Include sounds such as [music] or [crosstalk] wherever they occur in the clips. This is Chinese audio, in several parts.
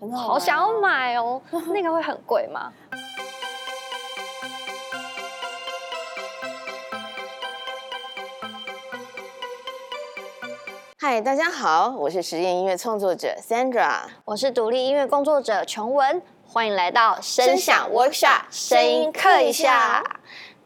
很好玩好想要买哦，那个会很贵吗？嗨，大家好，我是实验音乐创作者 Sandra。 [laughs] 我是独立音乐工作者琼文，欢迎来到声响 workshop 声音课一下。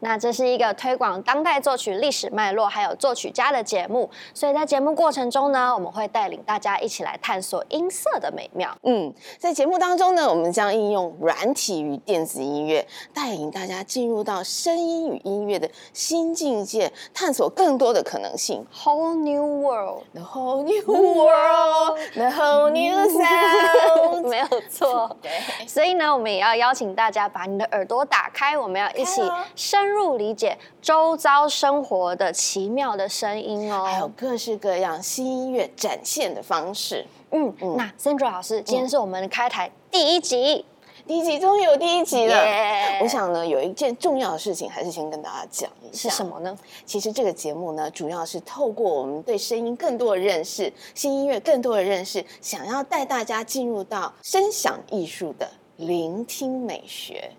那这是一个推广当代作曲历史脉络，还有作曲家的节目，所以在节目过程中呢，我们会带领大家一起来探索音色的美妙。嗯，在节目当中呢，我们将应用软体与电子音乐，带领大家进入到声音与音乐的新境界，探索更多的可能性。 Whole new world， The whole new world, the whole [laughs] new [laughs] sound。没有错。对，所以呢，我们也要邀请大家把你的耳朵打开，我们要一起打开哦深入理解周遭生活的奇妙的声音哦。还有各式各样新音乐展现的方式。嗯，那 Sandra 老师，今天是我们开台第一集，第一集终于有第一集了。耶我想呢，有一件重要的事情还是先跟大家讲一是下。什么呢？其实这个节目呢，主要是透过我们对声音更多的认识、新音乐更多的认识，想要带大家进入到声响艺术的聆听美学。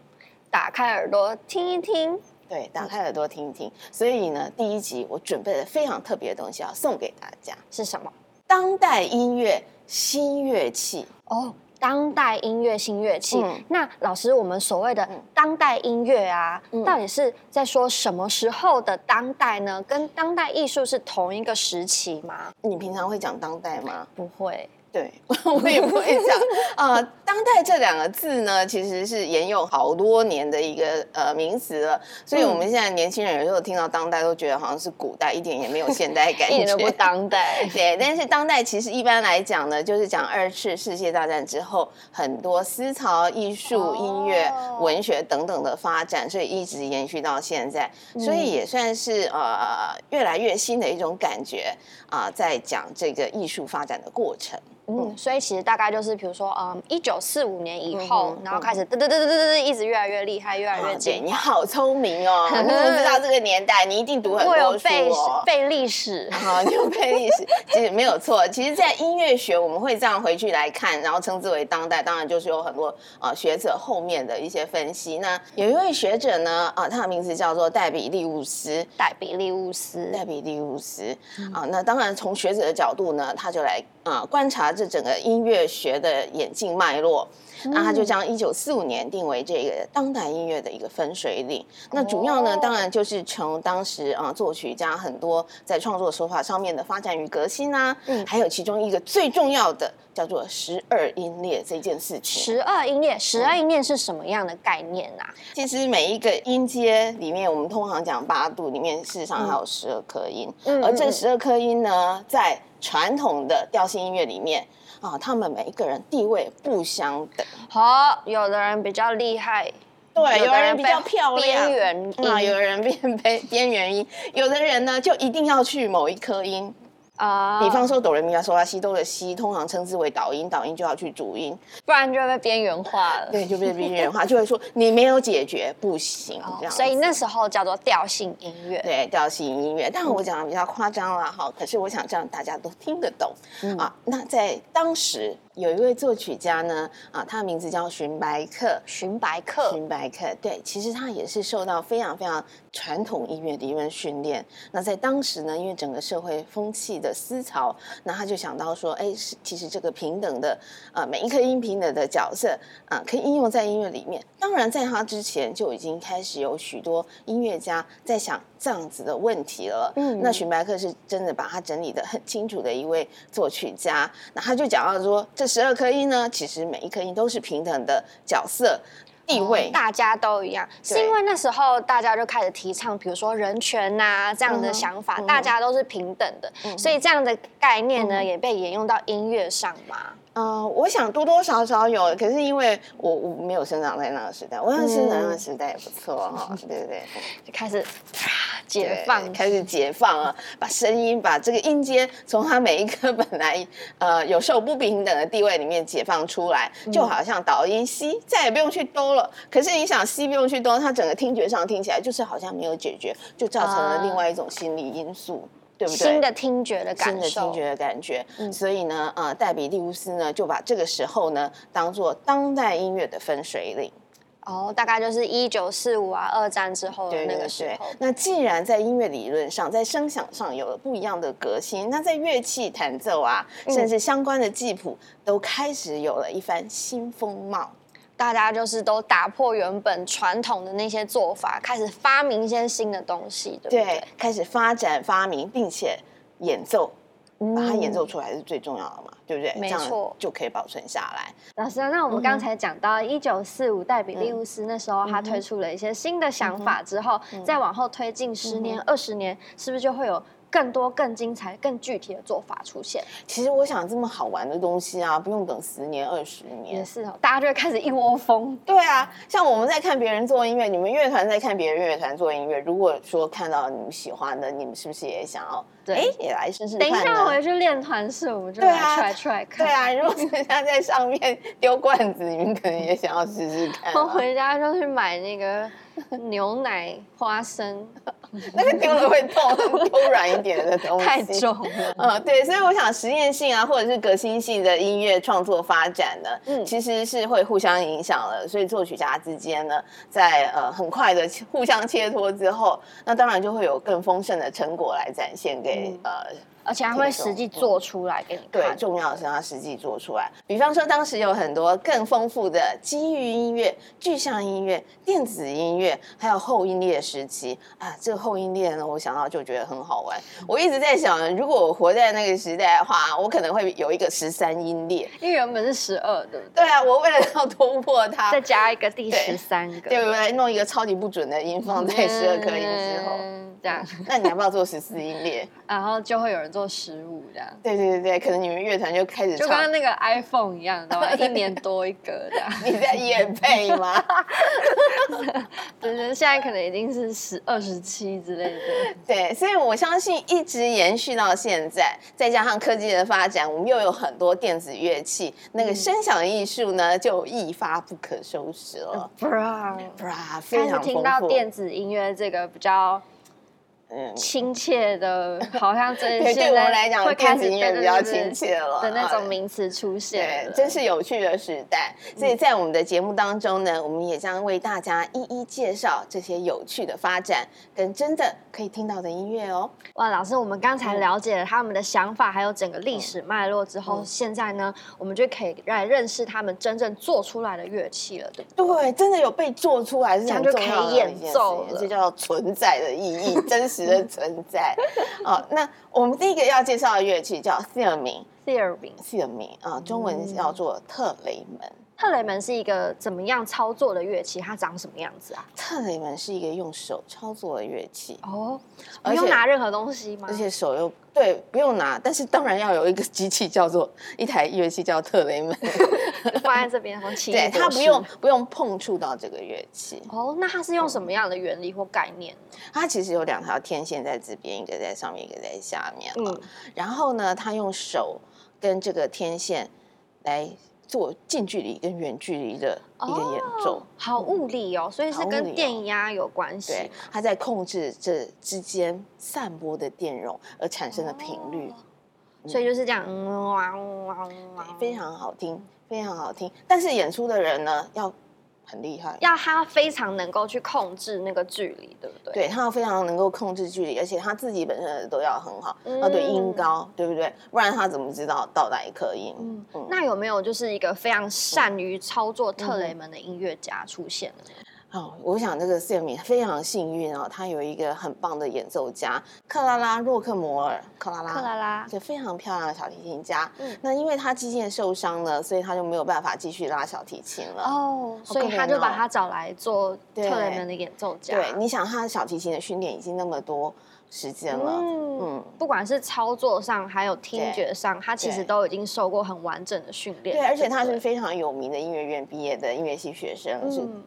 打开耳朵听一听，对，打开耳朵听一听。所以呢，第一集我准备了非常特别的东西要送给大家：是什么？当代音乐新乐器。哦，当代音乐新乐器。嗯那老师，我们所谓的嗯当代音乐啊，嗯到底是在说什么时候的当代呢？跟当代艺术是同一个时期吗？你平常会讲当代吗？不 [laughs] 会。对，我也不会讲。呃，当代这两个字呢，其实是沿用好多年的一个呃名词了，所以我嗯们现在年轻人有时候听到当代都觉得好像是古代，一点也没有现代感 [laughs] 一觉，。点都不当代 [laughs] 对，但是当代其实一般来讲呢，就是讲二次世界大战之后很多思潮、艺术、哦音乐、文学等等的发展，所以一直延续到现在，所嗯以也算是呃越来越新的一种感觉啊、在讲这个艺术发展的过程。哦嗯，所以其实大概就是，比如说，嗯，一九四五年以后嗯，哼然后开始嘚嘚嘚嘚嘚嘚，一直越来越厉害，越啊来越对，精你好聪明 [laughs] 哦！你不知道这个年代，你一定读很我有多书背哦。背历史，好，就背历史，其实没有错。其实，在音乐学，我们会这样回去来看，然后称之为当代。当然，就是有很多呃学者后面的一些分析。那有一位学者呢，啊、他的名字叫做戴比利乌斯。戴比利乌斯。戴比利乌斯嗯啊，那当然从学者的角度呢，他就来啊、观察这整个音乐学的演进脉络。嗯那他就将一九四五年定为这个当代音乐的一个分水岭。那主要呢，哦当然就是从当时啊、作曲家很多在创作手法上面的发展与革新啊，嗯还有其中一个最重要的叫做十二音列这件事情。十二音列，十二音列是什么样的概念啊？其实每一个音阶里面，我们通常讲八度，里面事实上还有十二颗音。嗯而这嗯十二颗音呢，在传统的调性音乐里面啊，他们每一个人地位不相等。好，有的人比较厉害，对，有的人比较被漂边亮。缘嗯啊，音有人变边边缘音，有的人呢就一定要去某一颗音，啊，比方说哆来咪发嗦拉西哆的西，通常称之为导音，导音就要去主音，不然就会被边缘化了。对，就被边缘化，就会说你没有解决不行哦这样子。所以那时候叫做调性音乐。对调性音乐，嗯但我讲的比较夸张了哈，可是我想这样大家都听得懂、哦啊。那在当时有一位作曲家呢，啊，他的名字叫荀白克。荀白克，荀白克，对，其实他也是受到非常非常传统音乐理论训练。那在当时呢，因为整个社会风气的思潮，那他就想到说，哎，是其实这个平等的，呃，每一颗音平等的角色啊、可以应用在音乐里面。当然，在他之前就已经开始有许多音乐家在想这样子的问题了。嗯那荀白克是真的把它整理的很清楚的一位作曲家。那他就讲到说，这十二颗音呢，其实每一颗音都是平等的角色哦地位。大家都一样，是对因为那时候大家就开始提倡，比如说人权呐、这样的想法，嗯哼大家都是平等的，所以这样的概念呢、也被沿用到音乐上嘛。呃，我想多多少少有，可是因为我我没有生长在那个时代，我想生长在那个时代也不错哈、 [laughs] 对不对？就开始啪对解放，开始解放啊，把声音，把这个音阶从它每一个 [laughs] 本来呃有受不平等的地位里面解放出来，嗯就好像导音西再也不用去兜了。可是你想西不用去兜，它整个听觉上听起来就是好像没有解决，就造成了啊另外一种心理因素。对不对？新的听觉的感新的受，听觉的感觉。嗯所以呢，呃，戴比利乌斯呢就把这个时候呢当做当代音乐的分水岭。哦，大概就是一九四五啊，二战之后的对那对个对时候。那既然在音乐理论上，在声响上有了不一样的革新，那在乐器弹奏啊，嗯甚至相关的记谱，都开始有了一番新风貌。大家就是都打破原本传统的那些做法，开始发明一些新的东西，对不对？对，开始发展发明，并且演奏，嗯把它演奏出来是最重要的嘛，对不对？没这样错就可以保存下来。老师，那我们刚才讲到一九四五戴比利乌斯那时候，他嗯嗯哼嗯推出了一些新的想法之后，再往后推进十年、二十年，是不是就会有更多、更精彩、更具体的做法出现？其实我想，这么好玩的东西啊，不用等十年、二十也年。是哦，大家就会开始一窝蜂。对啊，像我们在看别人做音乐，你们乐团在看别人乐团做音乐。如果说看到你们喜欢的，你们是不是也想要对哎也来试试等看一呢？下回去练团式，我们就对来啊 try try 看。对啊，如果人家在上面丢罐子，你们可能也想要试试看啊 [laughs] 我嘛。回家就去买那个牛奶、[laughs] 花生，那个丢了会 [laughs] 痛，丢软一点的东西 [laughs] 太重了。嗯，对，所以我想实验性啊，或者是革新性的音乐创作发展呢，嗯其实是会互相影响的。所以作曲家之间呢，在呃很快的互相切磋之后，那当然就会有更丰盛的成果来展现给、嗯呃而且还会实际做出来给你对，看。重要的是让它实际做出来。比方说，当时有很多更丰富的基于音乐、具象音乐、电子音乐，还有后音列时期啊。这个后音列呢，我想到就觉得很好玩。我一直在想，如果我活在那个时代的话，我可能会有一个十三音列。因为原本是十二，对不对？对啊，我为了要突破它再，加一个第对十三个，对，我来弄一个嗯超级不准的音 [laughs] 放在十二颗音之后。嗯这样， [laughs] 那你要不要做十四音列？然后就会有人做十五这样。对对对对，可能你们乐团就开始就跟唱。那个 iPhone 一样，你知道吗？一年多一个这样， [laughs] 你在夜配吗？就是现在可能已经是十二十七之类的。 [laughs] 对，所以我相信一直延续到现在，再加上科技的发展，我们又有很多电子乐器，那个声响艺术呢就一发不可收拾了。嗯啊 Brown 哇，非开始常丰嗯听到富。电子音乐这个比较嗯，亲切的，好像真的对，对现我们在来讲，会电开子始音乐比较亲对切了对对对的那啊种名词出现对了，，真是有趣的时代。所以在我们的节目当中呢，我们也将为大家一一介绍这些有趣的发展跟真的可以听到的音乐哦。哇，老师，我们刚才嗯了解了他们的想法，还有整个历史脉络之后，嗯现在呢，我们就可以来认识他们真正做出来的乐器了，对不对？对，真的有被做出来是很重要的一件事这样就可以情演奏了这叫存在的意义，真实 [laughs] 的存在。哦，那我们第一个要介绍的乐器叫 theremin，第二名， theremin 啊，中嗯文叫做特雷门。特雷门是一个怎么样操作的乐器？它长什么样子啊？特雷门是一个用手操作的乐器，哦，而不且用拿任何东西吗而？且手又对不用拿，但是当然要有一个机器叫做一台乐器叫特雷门，放在这边，然后奇异 [laughs] 对，博它不士用。不用碰触到这个乐器。哦，那它是用什么样的原理或概念呢？它其实有两条天线在这边，一个在上面，一个在下面、啊。嗯然后呢，他用手跟这个天线来做近距离跟远距离的一个演奏。哦好物理哦，所以嗯是好物理跟哦电压有关系对，他在控制这之间散播的电容而产生的频率，哦所以就是这样，嗯哇哇哇对，非常好听，非常好听。但是演出的人呢，要很厉害，要他非常能够去控制那个距离，对不对？，对他要非常能够控制距离，而且他自己本身的都要很好，要哦对音嗯高，对不对？不然他怎么知道到哪一颗音？嗯嗯，那有没有就是一个非常善于操作特雷门的音乐家出现了呢？哦，我想这个 Sammy 非常幸运哦，他有一个很棒的演奏家克拉拉·洛克摩尔，克拉拉，克拉拉一，个非常漂亮的小提琴家。嗯那因为他肌腱受伤了，所以他就没有办法继续拉小提琴了。哦，好所以可他怜就哦把他找来做特对雷门的演奏家。对，你想他的小提琴的训练已经那么多时间了，嗯。嗯不管是操作上，还有听觉上，他其实对都已经受过很完整的训练对，了。而且他对是不对非常有名的音乐院毕业的音乐系学生，是嗯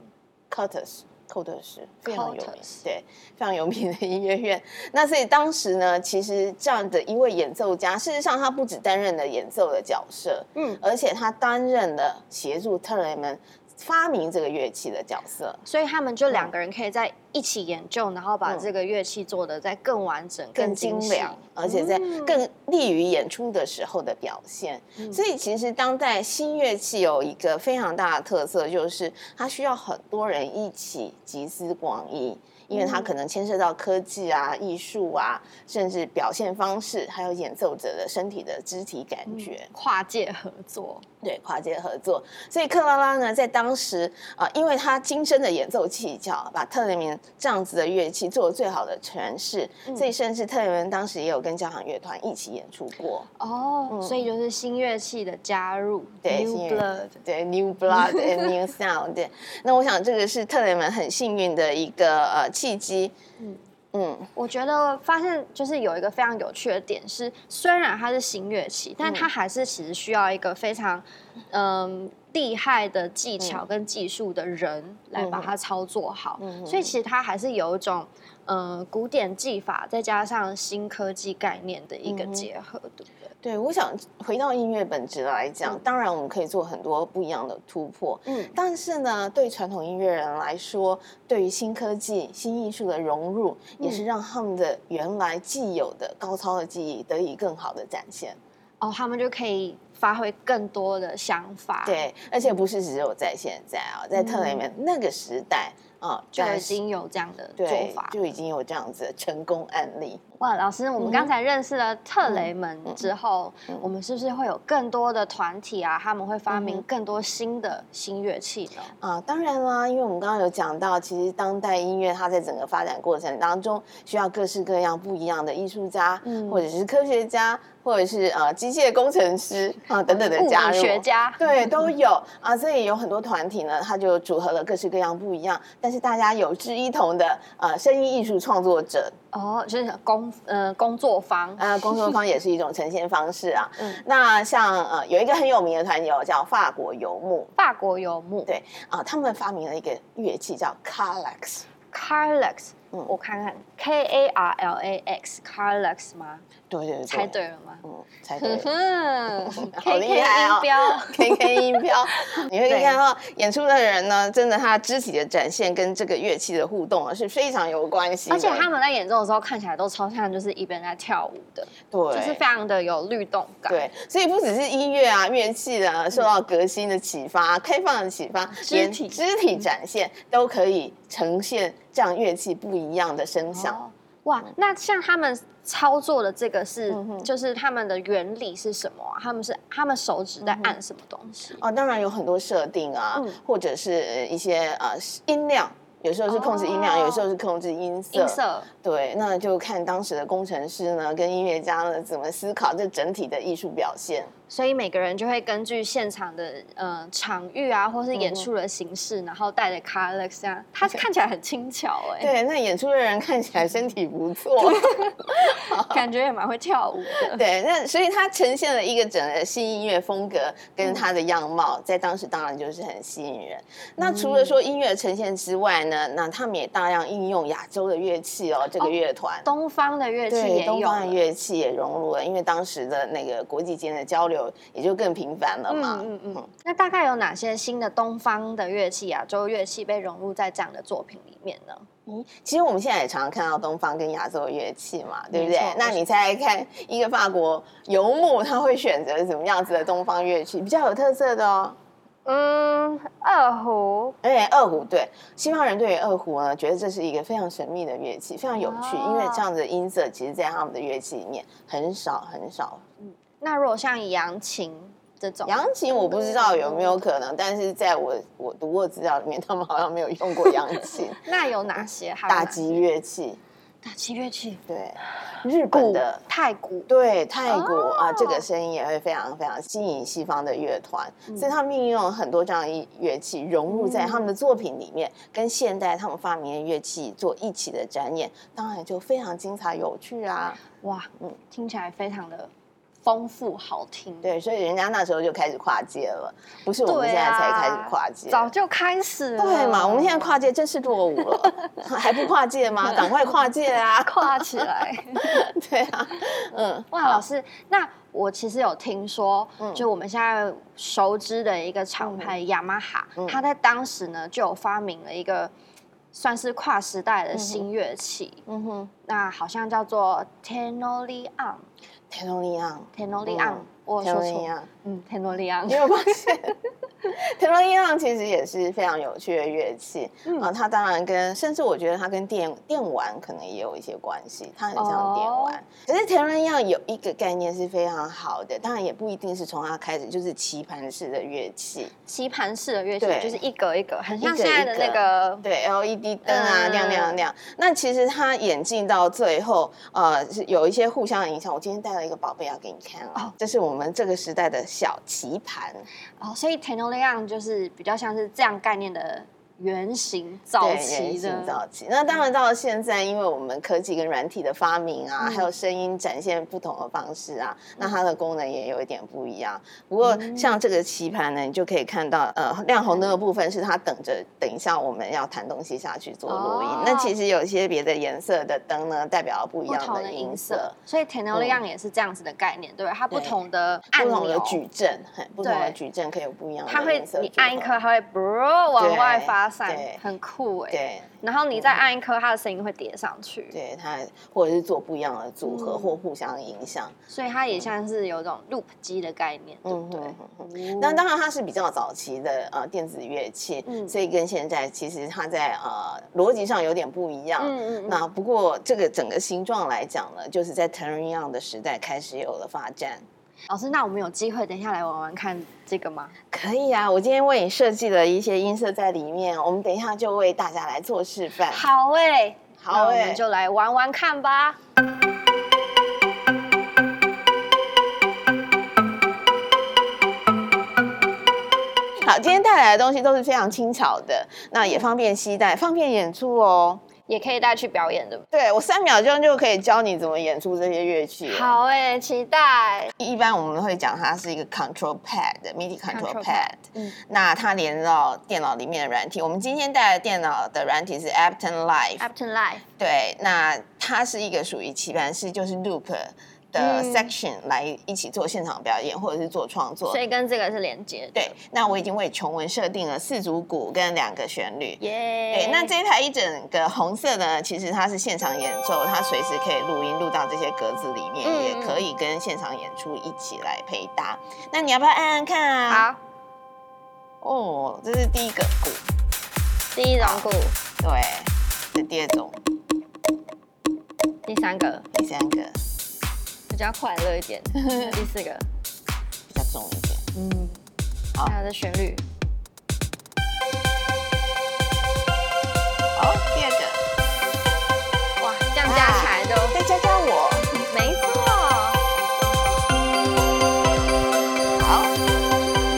Curtis 寇特斯非常有名 Curtis，对，非常有名的音乐院。那所以当时呢，其实这样的一位演奏家，事实上他不只担任了演奏的角色，嗯而且他担任了协助特雷门发明这个乐器的角色。所以他们就两个人可以在一起研究，然后把嗯这个乐器做的再更完整、精精细良，而且在嗯更利于演出的时候的表现。嗯所以，其实当代新乐器有一个非常大的特色，就是它需要很多人一起集思广益，因为它嗯可能牵涉到科技啊、艺术啊，甚至表现方式，还有演奏者的身体的肢体感嗯觉。跨界合作。对跨界合作。所以克拉拉呢，在当时啊、呃因为她今生的演奏技巧，把特雷明这样子的乐器做了最好的诠释，嗯所以甚至特雷明当时也有跟交响乐团一起演出过。哦，嗯所以就是新乐器的加入对，New 新乐 Blood。对，New [laughs] Blood and New Sound 对。那我想这个是特雷明很幸运的一个呃契机。嗯嗯嗯，我觉得发现就是有一个非常有趣的点是，虽然它是新乐器，嗯但它还是其实需要一个非常嗯厉害的嗯技巧跟技术的人来把它操作好。嗯所以其实它还是有一种呃古典技法再加上新科技概念的一个嗯哼结合，对不对？对，我想回到音乐本质来讲，嗯当然我们可以做很多不一样的突破。嗯但是呢，对传统音乐人来说，对于新科技、新艺术的融入，也嗯是让他们的原来既有的高超的技艺得以更好的展现。哦，他们就可以发挥更多的想法，，对，而且不是只有在现在啊，在特雷门那个时代啊，嗯就在已经有这样的做对法，就已经有这样子的成功案例。哇，老师，我们嗯刚才认识了特雷门之后，嗯嗯我们是不是会有更多的团体啊？他们会发明嗯哼更多新的新乐器呢？啊，当然啦，因为我们刚刚有讲到，其实当代音乐它在整个发展过程当中，需要各式各样不一样的艺术家，嗯或者是科学家，或者是呃机械工程师啊等等的物加理入。学家， [laughs] 对，都有啊，所以有很多团体呢，它就组合了各式各样不一样，但是大家有志一同的呃声音艺术创作者，哦，就是工呃工作坊，啊，工作坊也是一种呈现方式啊。 [laughs] 嗯，那像呃有一个很有名的团友叫法国游牧法国游牧，对啊、他们发明了一个乐器叫 c a l a x ，Carlax，嗯我看看，K A R L A X，Carlax 吗？对对对，猜，对了吗？嗯，猜对 [laughs] 哼了。哼好，K 厉 K 害哦音标， [laughs] K K 音标，你会对看到演出的人呢，真的他肢体的展现跟这个乐器的互动啊是非常有关系的。而且他们在演奏的时候看起来都超像，就是一边在跳舞的，对，就是非常的有律动感。对，所以不只是音乐啊、乐器啊，受到革新的启发、开放的启发，肢连体肢体展现都可以呈现这样乐器不一样的声响。哦哇，那像他们操作的这个是，嗯哼就是他们的原理是什么、啊？他们是他们手指在按什么东西？哦，当然有很多设定啊，嗯或者是呃一些呃音量，有时候是控制音量，哦有时候是控制音色。音色对，那就看当时的工程师呢跟音乐家呢怎么思考这整体的艺术表现。所以每个人就会根据现场的呃场域啊，或是演出的形式，然后带着 c a r l e x 这样，它看起来很轻 [laughs] 巧哎、对，那演出的人看起来身体不错。感觉也蛮会跳舞的。对，那所以它呈现了一个整个新音乐风格跟嗯它的样貌，在当时当然就是很吸引人。那除嗯了说音乐呈现之外呢，那他们也大量应用亚洲的乐器哦，这个乐团。东方的乐器也对，有东方的了，乐器也融入了，因为当时的那个国际间的交流也就更频繁了嘛。嗯嗯嗯。那大概有哪些新的东方的乐器、亚洲乐器被融入在这样的作品里面呢？嗯其实我们现在也常常看到东方跟亚洲的乐器嘛，对不没对错？那你猜猜看，一个法国游牧他会选择什么样子的东方乐器，比较有特色的哦？嗯，二胡而且二胡对西方人对于二胡呢，觉得这是一个非常神秘的乐器，非常有趣，哦因为这样子的音色，其实在他们的乐器里面很少很少。那如果像扬琴这种，扬琴我不知道有没有可能，但是在我我读过资料里面，他们好像没有用 [laughs] 过 [laughs] 扬琴，那有哪些？还有打哪击乐器，打击乐器，对，日本的。太鼓，对泰国、哦啊，这个声音也会非常非常吸引西方的乐团，嗯所以他们运用很多这样的乐器融入在他们的作品里面，跟现代他们发明的乐器做一起的展演，当然就非常精彩有趣啊。哇，嗯听起来非常的丰富好听。对，所以人家那时候就开始跨界了，不是我们对现在才开始啊跨界。早就开始了。对嘛？我们现在跨界真是落伍了， [laughs] 还不跨界吗？赶快跨界啊！ [laughs] 跨起来。对啊，嗯，哇，老师，那我其实有听说，嗯就我们现在熟知的一个厂牌雅马哈嗯，它在当时呢就有发明了一个算是跨时代的新乐器，嗯哼，那好像叫做 tenori on，tenori 田中一样， on，、嗯我田有中说一错，样，嗯，tenori 你 on，有发 [laughs] 现？田中一样其实也是非常有趣的乐器啊，嗯，它当然跟甚至我觉得它跟电电玩可能也有一些关系，它很像电玩。可是田中一样有一个概念是非常好的，当然也不一定是从它开始，就是棋盘式的乐器。 [laughs] 棋盘式的乐器对就是一格一格，很像一格现在的一格那个对 LED 灯啊，嗯亮亮亮。那其实它演进到最后，呃，是有一些互相的影响。我今天带了一个宝贝要给你看哦哦，这是我们这个时代的小棋盘，哦，所以 tenori on 就是比较像是这样概念的原型对早人期形的，造棋。那当然到了现在，因为我们科技跟软体的发明啊，嗯还有声音展现不同的方式啊，那它的功能也有一点不一样。不过嗯像这个棋盘呢，你就可以看到，呃，亮红灯的部分是它等着等一下我们要弹东西下去做录音。哦那其实有些别的颜色的灯呢，代表了不一不样同的的音音色嗯色。，所以 t e n o r i a n 也是这样子的概念，对不对？它不对同的按不同的钮，矩阵，嘿不同的对矩阵可以有不一样的它会颜色组合。你按一颗，它会 bro 往外发散对，很酷哎、对然后你再按一颗，它的声音会叠上去，对，它或者是做不一样的组合，嗯或互相影响。所以它也像是有一种 loop 机的概念，对不嗯对？哼哼哼哦那当然，它是比较早期的呃电子乐器，嗯所以跟现在其实它在呃逻辑上有点不一样。嗯嗯嗯，那不过这个整个形状来讲呢，就是在 t e r n i o n 的时代开始有了发展。老师，那我们有机会等一下来玩玩看这个吗？可以啊，我今天为你设计了一些音色在里面，我们等一下就为大家来做示范。好哎、那好我欸们就来玩玩看吧。好，今天带来的东西都是非常轻巧的，那嗯也方便携带，方便演出哦。也可以带去表演，对不对我三秒钟就可以教你怎么演出这些乐器对？了。好哎、期待。一般我们会讲它是一个 control pad MIDI control pad Control pad。嗯，那它连到电脑里面的软体，我们今天带来的电脑的软体是 Apton Live。 Upton Live，对，那它是一个属于棋盘式，就是 loop 的嗯 section 来一起做现场表演或者是做创作所。以跟这个是连接的。对，，那我已经为琼文设定了四组鼓跟两个旋律。耶、对，那这一台一整个红色的呢，其实它是现场演奏，它随时可以录音录到这些格子里面，嗯也可以跟现场演出一起来配搭。那你要不要按按看啊？好，好，哦，这是第一个鼓，第一种鼓，对，这是第二种，第三个第三个比比较快乐一点，第 [laughs] 四个，较重一点。嗯，好它的旋律，好，第二个，哇，这样加起来就、再教教我。没错。好，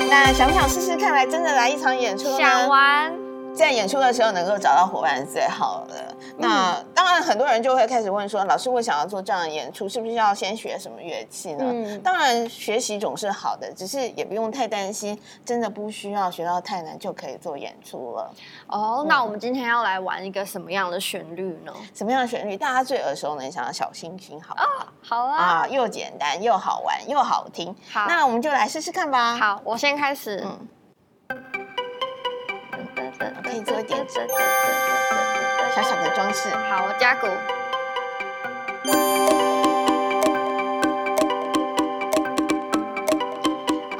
那想不想试试看来真的来一场演出呢？想玩，在演出的时候能够找到伙伴是最好的。那、嗯当然，很多人就会开始问说，老师，我想要做这样的演出，是不是要先学什么乐器呢？嗯当然，学习总是好的，只是也不用太担心，真的不需要学到太难就可以做演出了。哦、那嗯我们今天要来玩一个什么样的旋律呢？什么样的旋律大家最耳熟能详？小星星好不好？好啊，啊，又简单又好玩又好听。好那我们就来试试看吧。，好，我先开始。嗯可可以做一点小小小的装饰。好，我加鼓。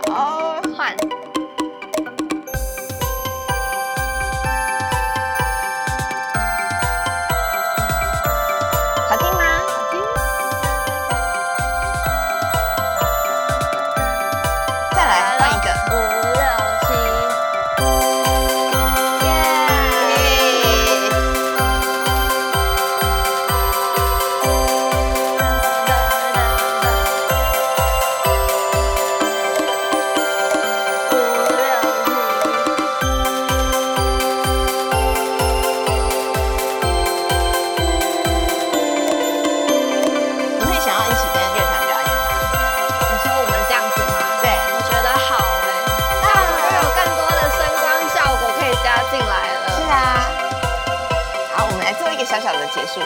哦，换，好听吗？好听再来换一个。五六七，耶耶！小小的结束。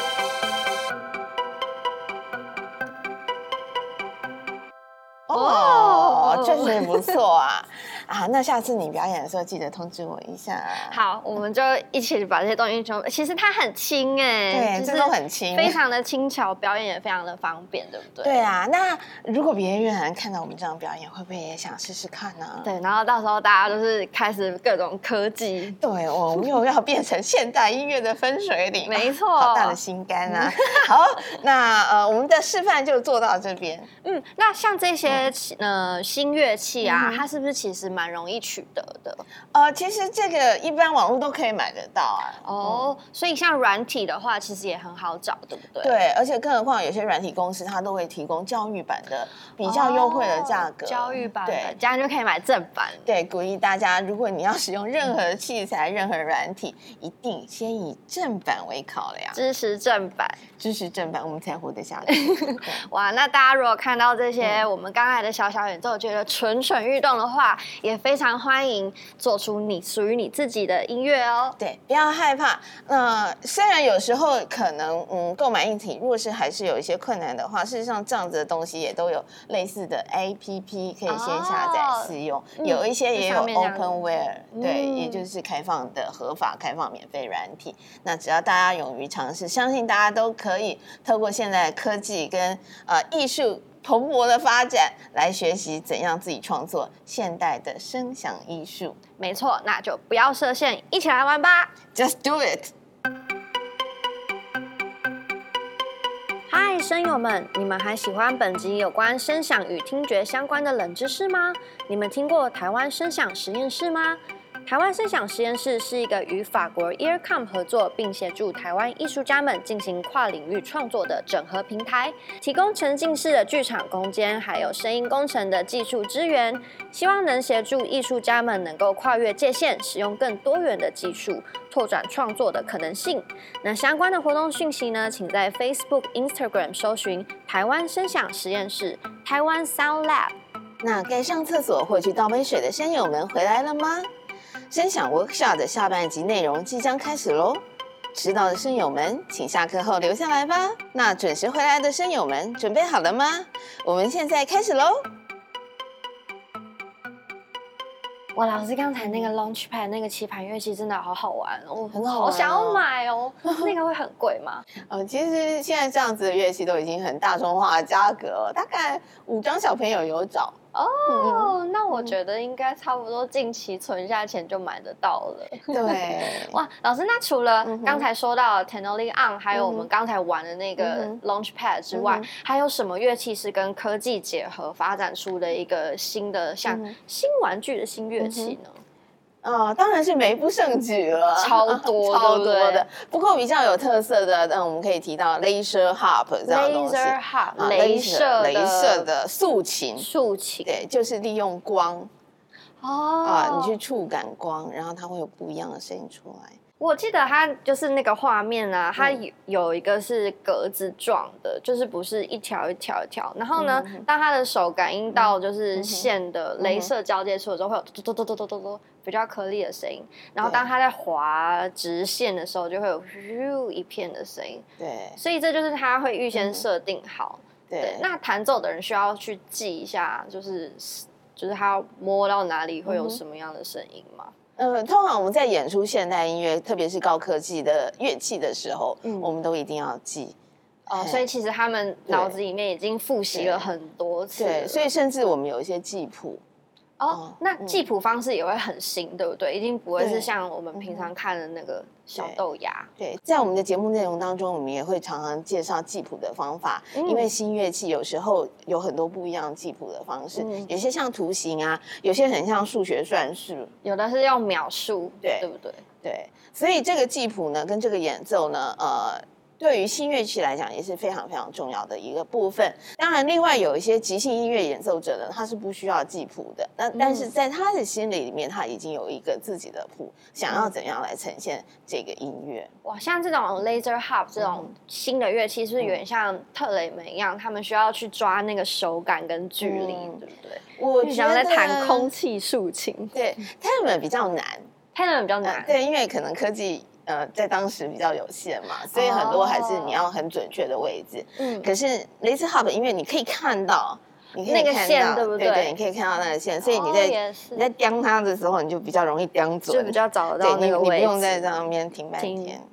哦，确实不错 [laughs] 啊！啊，那下次你表演的时候记得通知我一下。好，我们就一起把这些东西全部。其实它很轻哎、对，这都很轻，非常的轻巧，表演也非常的方便，对不对？对啊。那如果别的乐团看到我们这样表演，会不会也想试试看呢？对，然后到时候大家都是开始各种科技。对，哦我们又要变成现代音乐的分水岭，没错嗯好大的心肝啊！好，那呃，我们的示范就做到这边。嗯，那像这些呃新乐器啊嗯，哼它是不是其实蛮容易取得的？呃，其实这个一般网络都可以买得到啊。哦，所以像软体的话，其实也很好找，对不对？对，而且更何况有些软体公司它都会提供教育版的比较优惠的价格，哦教育版的对，这样就可以买正版。对，鼓励大家，如果你要使用任何器嗯材、任何软体，一定先以正版为考量，支持正版支持正版，我们才活得 [laughs] 下去。对哇！那大家如果看到这些我们刚才的小小演奏，觉得蠢蠢欲动的话，也非常欢迎做出你属于你自己的音乐哦。对，不要害怕。那、虽然有时候可能，嗯，购买硬体，如果是还是有一些困难的话，事实上这样子的东西也都有类似的 APP 可以先下载哦试用，嗯有一些也有上面这样子 OpenWare，、对，嗯也就是开放的合法、开放免费软体。那只要大家勇于尝试，相信大家都可以透过现在的科技跟呃艺术。蓬勃的发展，来学习怎样自己创作现代的声响艺术。没错，那就不要设限，一起来玩吧！ Just do it！嗨，声友们，你们还喜欢本集有关声响与听觉相关的冷知识吗？你们听过台湾声响实验室吗？台湾声响实验室是一个与法国 Earcom 合作，并协助台湾艺术家们进行跨领域创作的整合平台，提供沉浸式的剧场空间，还有声音工程的技术支援，希望能协助艺术家们能够跨越界限，使用更多元的技术，拓展创作的可能性。那相关的活动讯息呢，请在 Facebook、Instagram 搜寻“台湾声响实验室”、“台湾 Sound Lab”。那该上厕所或去倒杯水的山友们回来了吗？声响 Workshop 的下半集内容即将开始喽！迟到的声友们，请下课后留下来吧。那准时回来的声友们，准备好了吗？我们现在开始喽！哇，老师刚才那个 Launchpad 那个棋盘乐器真的好好玩哦，我很好玩哦好想要买哦。 [laughs] 那个会很贵吗？呃，其实现在这样子的乐器都已经很大众化的价格了，大概五张小朋友有找哦。哦，那我觉得应该差不多近期存下钱就买得到了。嗯对，哇，老师，那除了嗯哼刚才说到 Tenoli On，还有我嗯们哼刚才玩的那个嗯 Launchpad 之嗯外哼，还有什么乐器是跟科技结合发展出的一个新的像嗯哼嗯新玩具的新乐器呢？哦，当然是没不胜举了， [laughs] 超多超对不多对的。不过比较有特色的，那我们可以提到 laser harp 这样的东西， Laser harp，啊镭射镭射的的竖琴，竖琴对，就是利用光哦啊，你去触感光，然后它会有不一样的声音出来。我记得它就是那个画面嗯啊，它有有一个是格子状的，就是不是一条一条一条。然后呢嗯嗯，当它的手感应到就是线的嗯哼镭射交接处的时候，会有嘟嘟嘟嘟嘟嘟嘟比较颗粒的声音。然后对当它在划直线的时候，就会有咻一片的声音。对所以这就是它会预嗯先哼设定好。对对，，那弹奏的人需要去记一下，就是就是他要摸到哪里嗯会有哼什么样的声音吗？呃，通常我们在演出现代音乐，特别是高科技的乐器的时候，嗯我们都一定要记。哦，嘿所以其实他们脑子里面已经复习了很多次了对，所以甚至我们有一些记谱，哦嗯，那记谱方式也会很新，对不对？已经不会对嗯是像我们平常看的那个小豆芽。对，在我们的节目内容当中，我们也会常常介绍记谱的方法，嗯因为新乐器有时候有很多不一样的记谱的方式，嗯有些像图形啊，有些很像数学算式，有的是用秒数，对对不对？对，所以这个记谱呢，跟这个演奏呢，呃。对于新乐器来讲，也是非常非常重要的一个部分。当然，另外有一些即兴音乐演奏者呢，他是不需要记谱的。那但嗯是在他的心里里面，他已经有一个自己的谱，想嗯要怎样来呈现这个音乐。哇，像这种 laser harp 这嗯种新的乐器，是不是有点像特雷门一样？他们需要去抓那个手感跟距离，嗯对不对？我就觉像得啊在弹空气竖琴，对，他们比较难，泰勒比较呃难。对，因为可能科技。呃，在当时比较有限嘛，所以很多还是你哦要很准确的位置。嗯，可是雷兹哈的音乐，你可以看到，你可以那个看线到对不对？对你可以看到那个线，所以你哦在、也是你在叼它的时候，你就比较容易叼准，就比较找得对到你那个你不位置。用在上面停半停天。嗯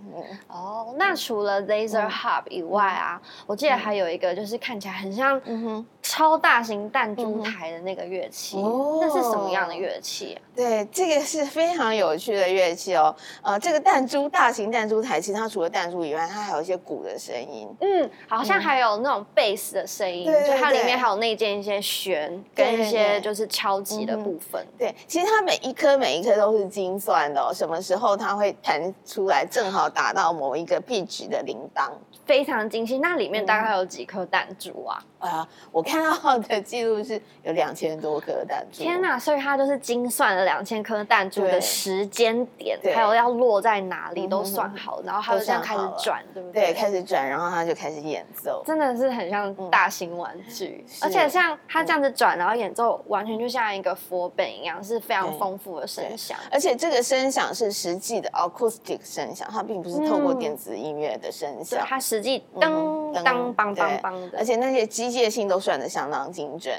哦，那除了 Laser 嗯 Hub 以外啊，我记得还有一个就是看起来很像嗯哼，超大型弹嗯珠哼台的那个乐器，哦那是什么样的乐器啊、对，这个是非常有趣的乐器哦。呃，这个弹珠大型弹珠台，其实它除了弹珠以外，它还有一些鼓的声音。嗯，好像还有那种贝斯的声音，对对就它里面对还有内建一些弦对跟一对些对嗯就是敲击的部分。对，其实它每一颗每一颗都是精算的哦，什么时候它会弹出来，正好打到某一个 pitch 的铃铛。非常精细。那里面大概嗯有几颗弹珠啊？啊、我看到的记录是有两千多颗弹珠。天！哪！所以它就是精算了两千颗弹珠的对时间点，对还有要落在哪里嗯都哼算好，然后它就这样开始都算好了转，对不对，开始转，然后它就开始演奏。真的是很像嗯大型玩具，是嗯而且像它这样子转，然后演奏，完全就像一个佛本一样，是非常丰富的声响。而且这个声响是实际的 acoustic 声响，它并不是透过嗯电子音乐的声对响，。它实际嗯当噔当梆梆对梆的，而且那些机械性都算得相当精准。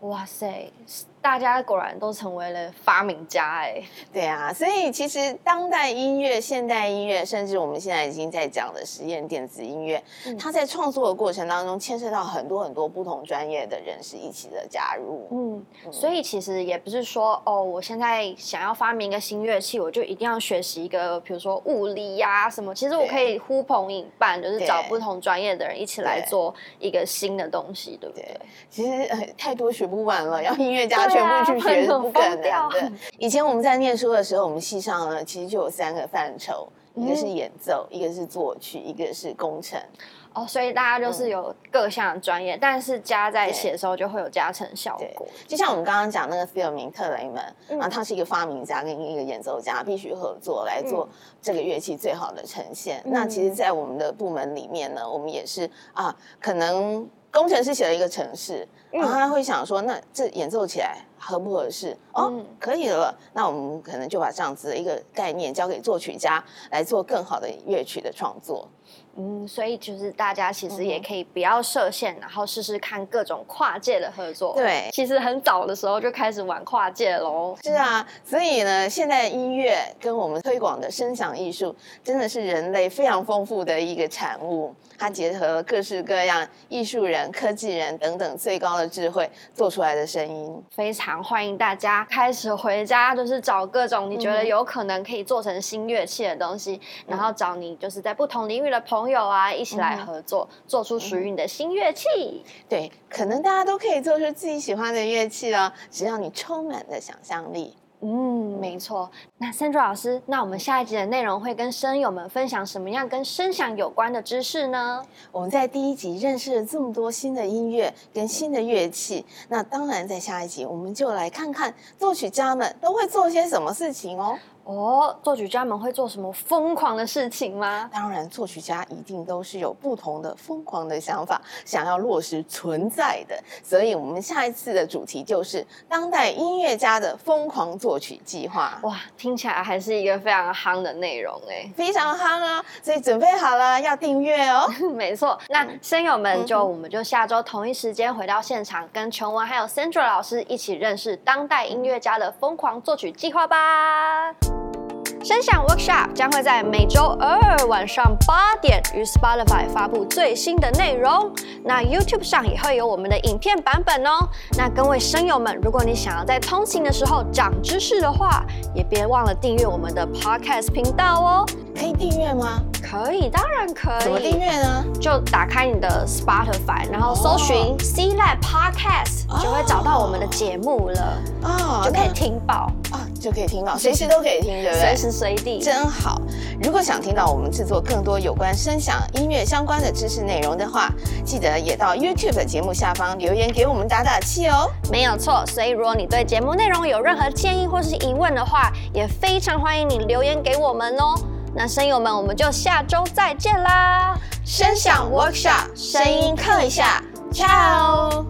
哇塞，大家果然都成为了发明家哎、对啊，所以其实当代音乐、现代音乐，甚至我们现在已经在讲的实验电子音乐，嗯它在创作的过程当中牵涉到很多很多不同专业的人士一起的加入。嗯，所以其实也不是说哦，我现在想要发明一个新乐器，我就一定要学习一个，比如说物理呀、什么。其实我对可以呼朋引伴，就是找对不同专业的人一起来对做一个新的东西，对不对对？其实呃太多学不完了，要音乐家对全啊部去学是不可疯掉能的。以前我们在念书的时候，我们系上呢其实就有三个范畴，一个是嗯演奏，一个是作曲，一个是工程。哦，所以大家就是有各项专业，但是加在一起嗯对的时候就会有加成效对果。就像我们刚刚讲那个菲尔明特雷门、嗯啊，他是一个发明家跟一个演奏家，必须合作来做这个乐器最好的呈现。嗯那其实，在我们的部门里面呢，我们也是啊，可能工程师写了一个程式，然后嗯他会想说，那这演奏起来合不合适？哦，嗯可以了，那我们可能就把这样子的一个概念交给作曲家来做更好的乐曲的创作。嗯，所以就是大家其实也嗯哼可以不要设限，然后试试看各种跨界的合作。，对，其实很早的时候就开始玩跨界喽。是啊，所以呢，现代音乐跟我们推广的声响艺术，真的是人类非常丰富的一个产物。它结合了各式各样艺术人、科技人等等最高的智慧做出来的声音。非常欢迎大家开始回家，就是找各种你觉嗯得哼有可能可以做成新乐器的东西，然后找你就是在不同领域的朋友啊，一起来嗯哼嗯合作，做出属于你的新乐器。对，可能大家都可以做出自己喜欢的乐器哦，只要你充满了想象力。嗯，没错。那 Sandra 老师，那我们下一集的内容会跟声友们分享什么样跟声响有关的知识呢？我们在第一集认识了这么多新的音乐跟新的乐器，那当然在下一集我们就来看看作曲家们都会做些什么事情哦。哦，作曲家们会做什么疯狂的事情吗？当然，作曲家一定都是有不同的疯狂的想法，想要落实存在的。所以，我们下一次的主题就是当代音乐家的疯狂作曲计划，哇，听起来还是一个非常夯的内容哎、非常夯啊！所以准备好了，要订阅 [laughs] 哦。没错，那声友们就、嗯我们就下周同一时间回到现场，跟琼文还有 Sandra 老师一起认识当代音乐家的疯狂作曲计划吧。声响 Workshop 将会在每周二晚上八点于 Spotify 发布最新的内容，那 YouTube 上也会有我们的影片版本哦。那各位声友们，如果你想要在通勤的时候长知识的话，也别忘了订阅我们的 Podcast 频道哦。可以订阅吗？可以，当然可以。怎么订阅呢？就打开你的 Spotify，然后搜寻哦 C Lab Podcast，、哦就会找到我们的节目了，哦，就可以那听报，啊，就可以听到，随时都可以听，对不对随？时随地。真好！如果想听到我们制作更多有关声响、音乐相关的知识内容的话，记得也到 YouTube 的节目下方留言给我们打打气哦。没有错。所以如果你对节目内容有任何建议或是疑问的话，也非常欢迎你留言给我们哦。那声友们，我们就下周再见啦！声响 workshop 声音课一下，ciao。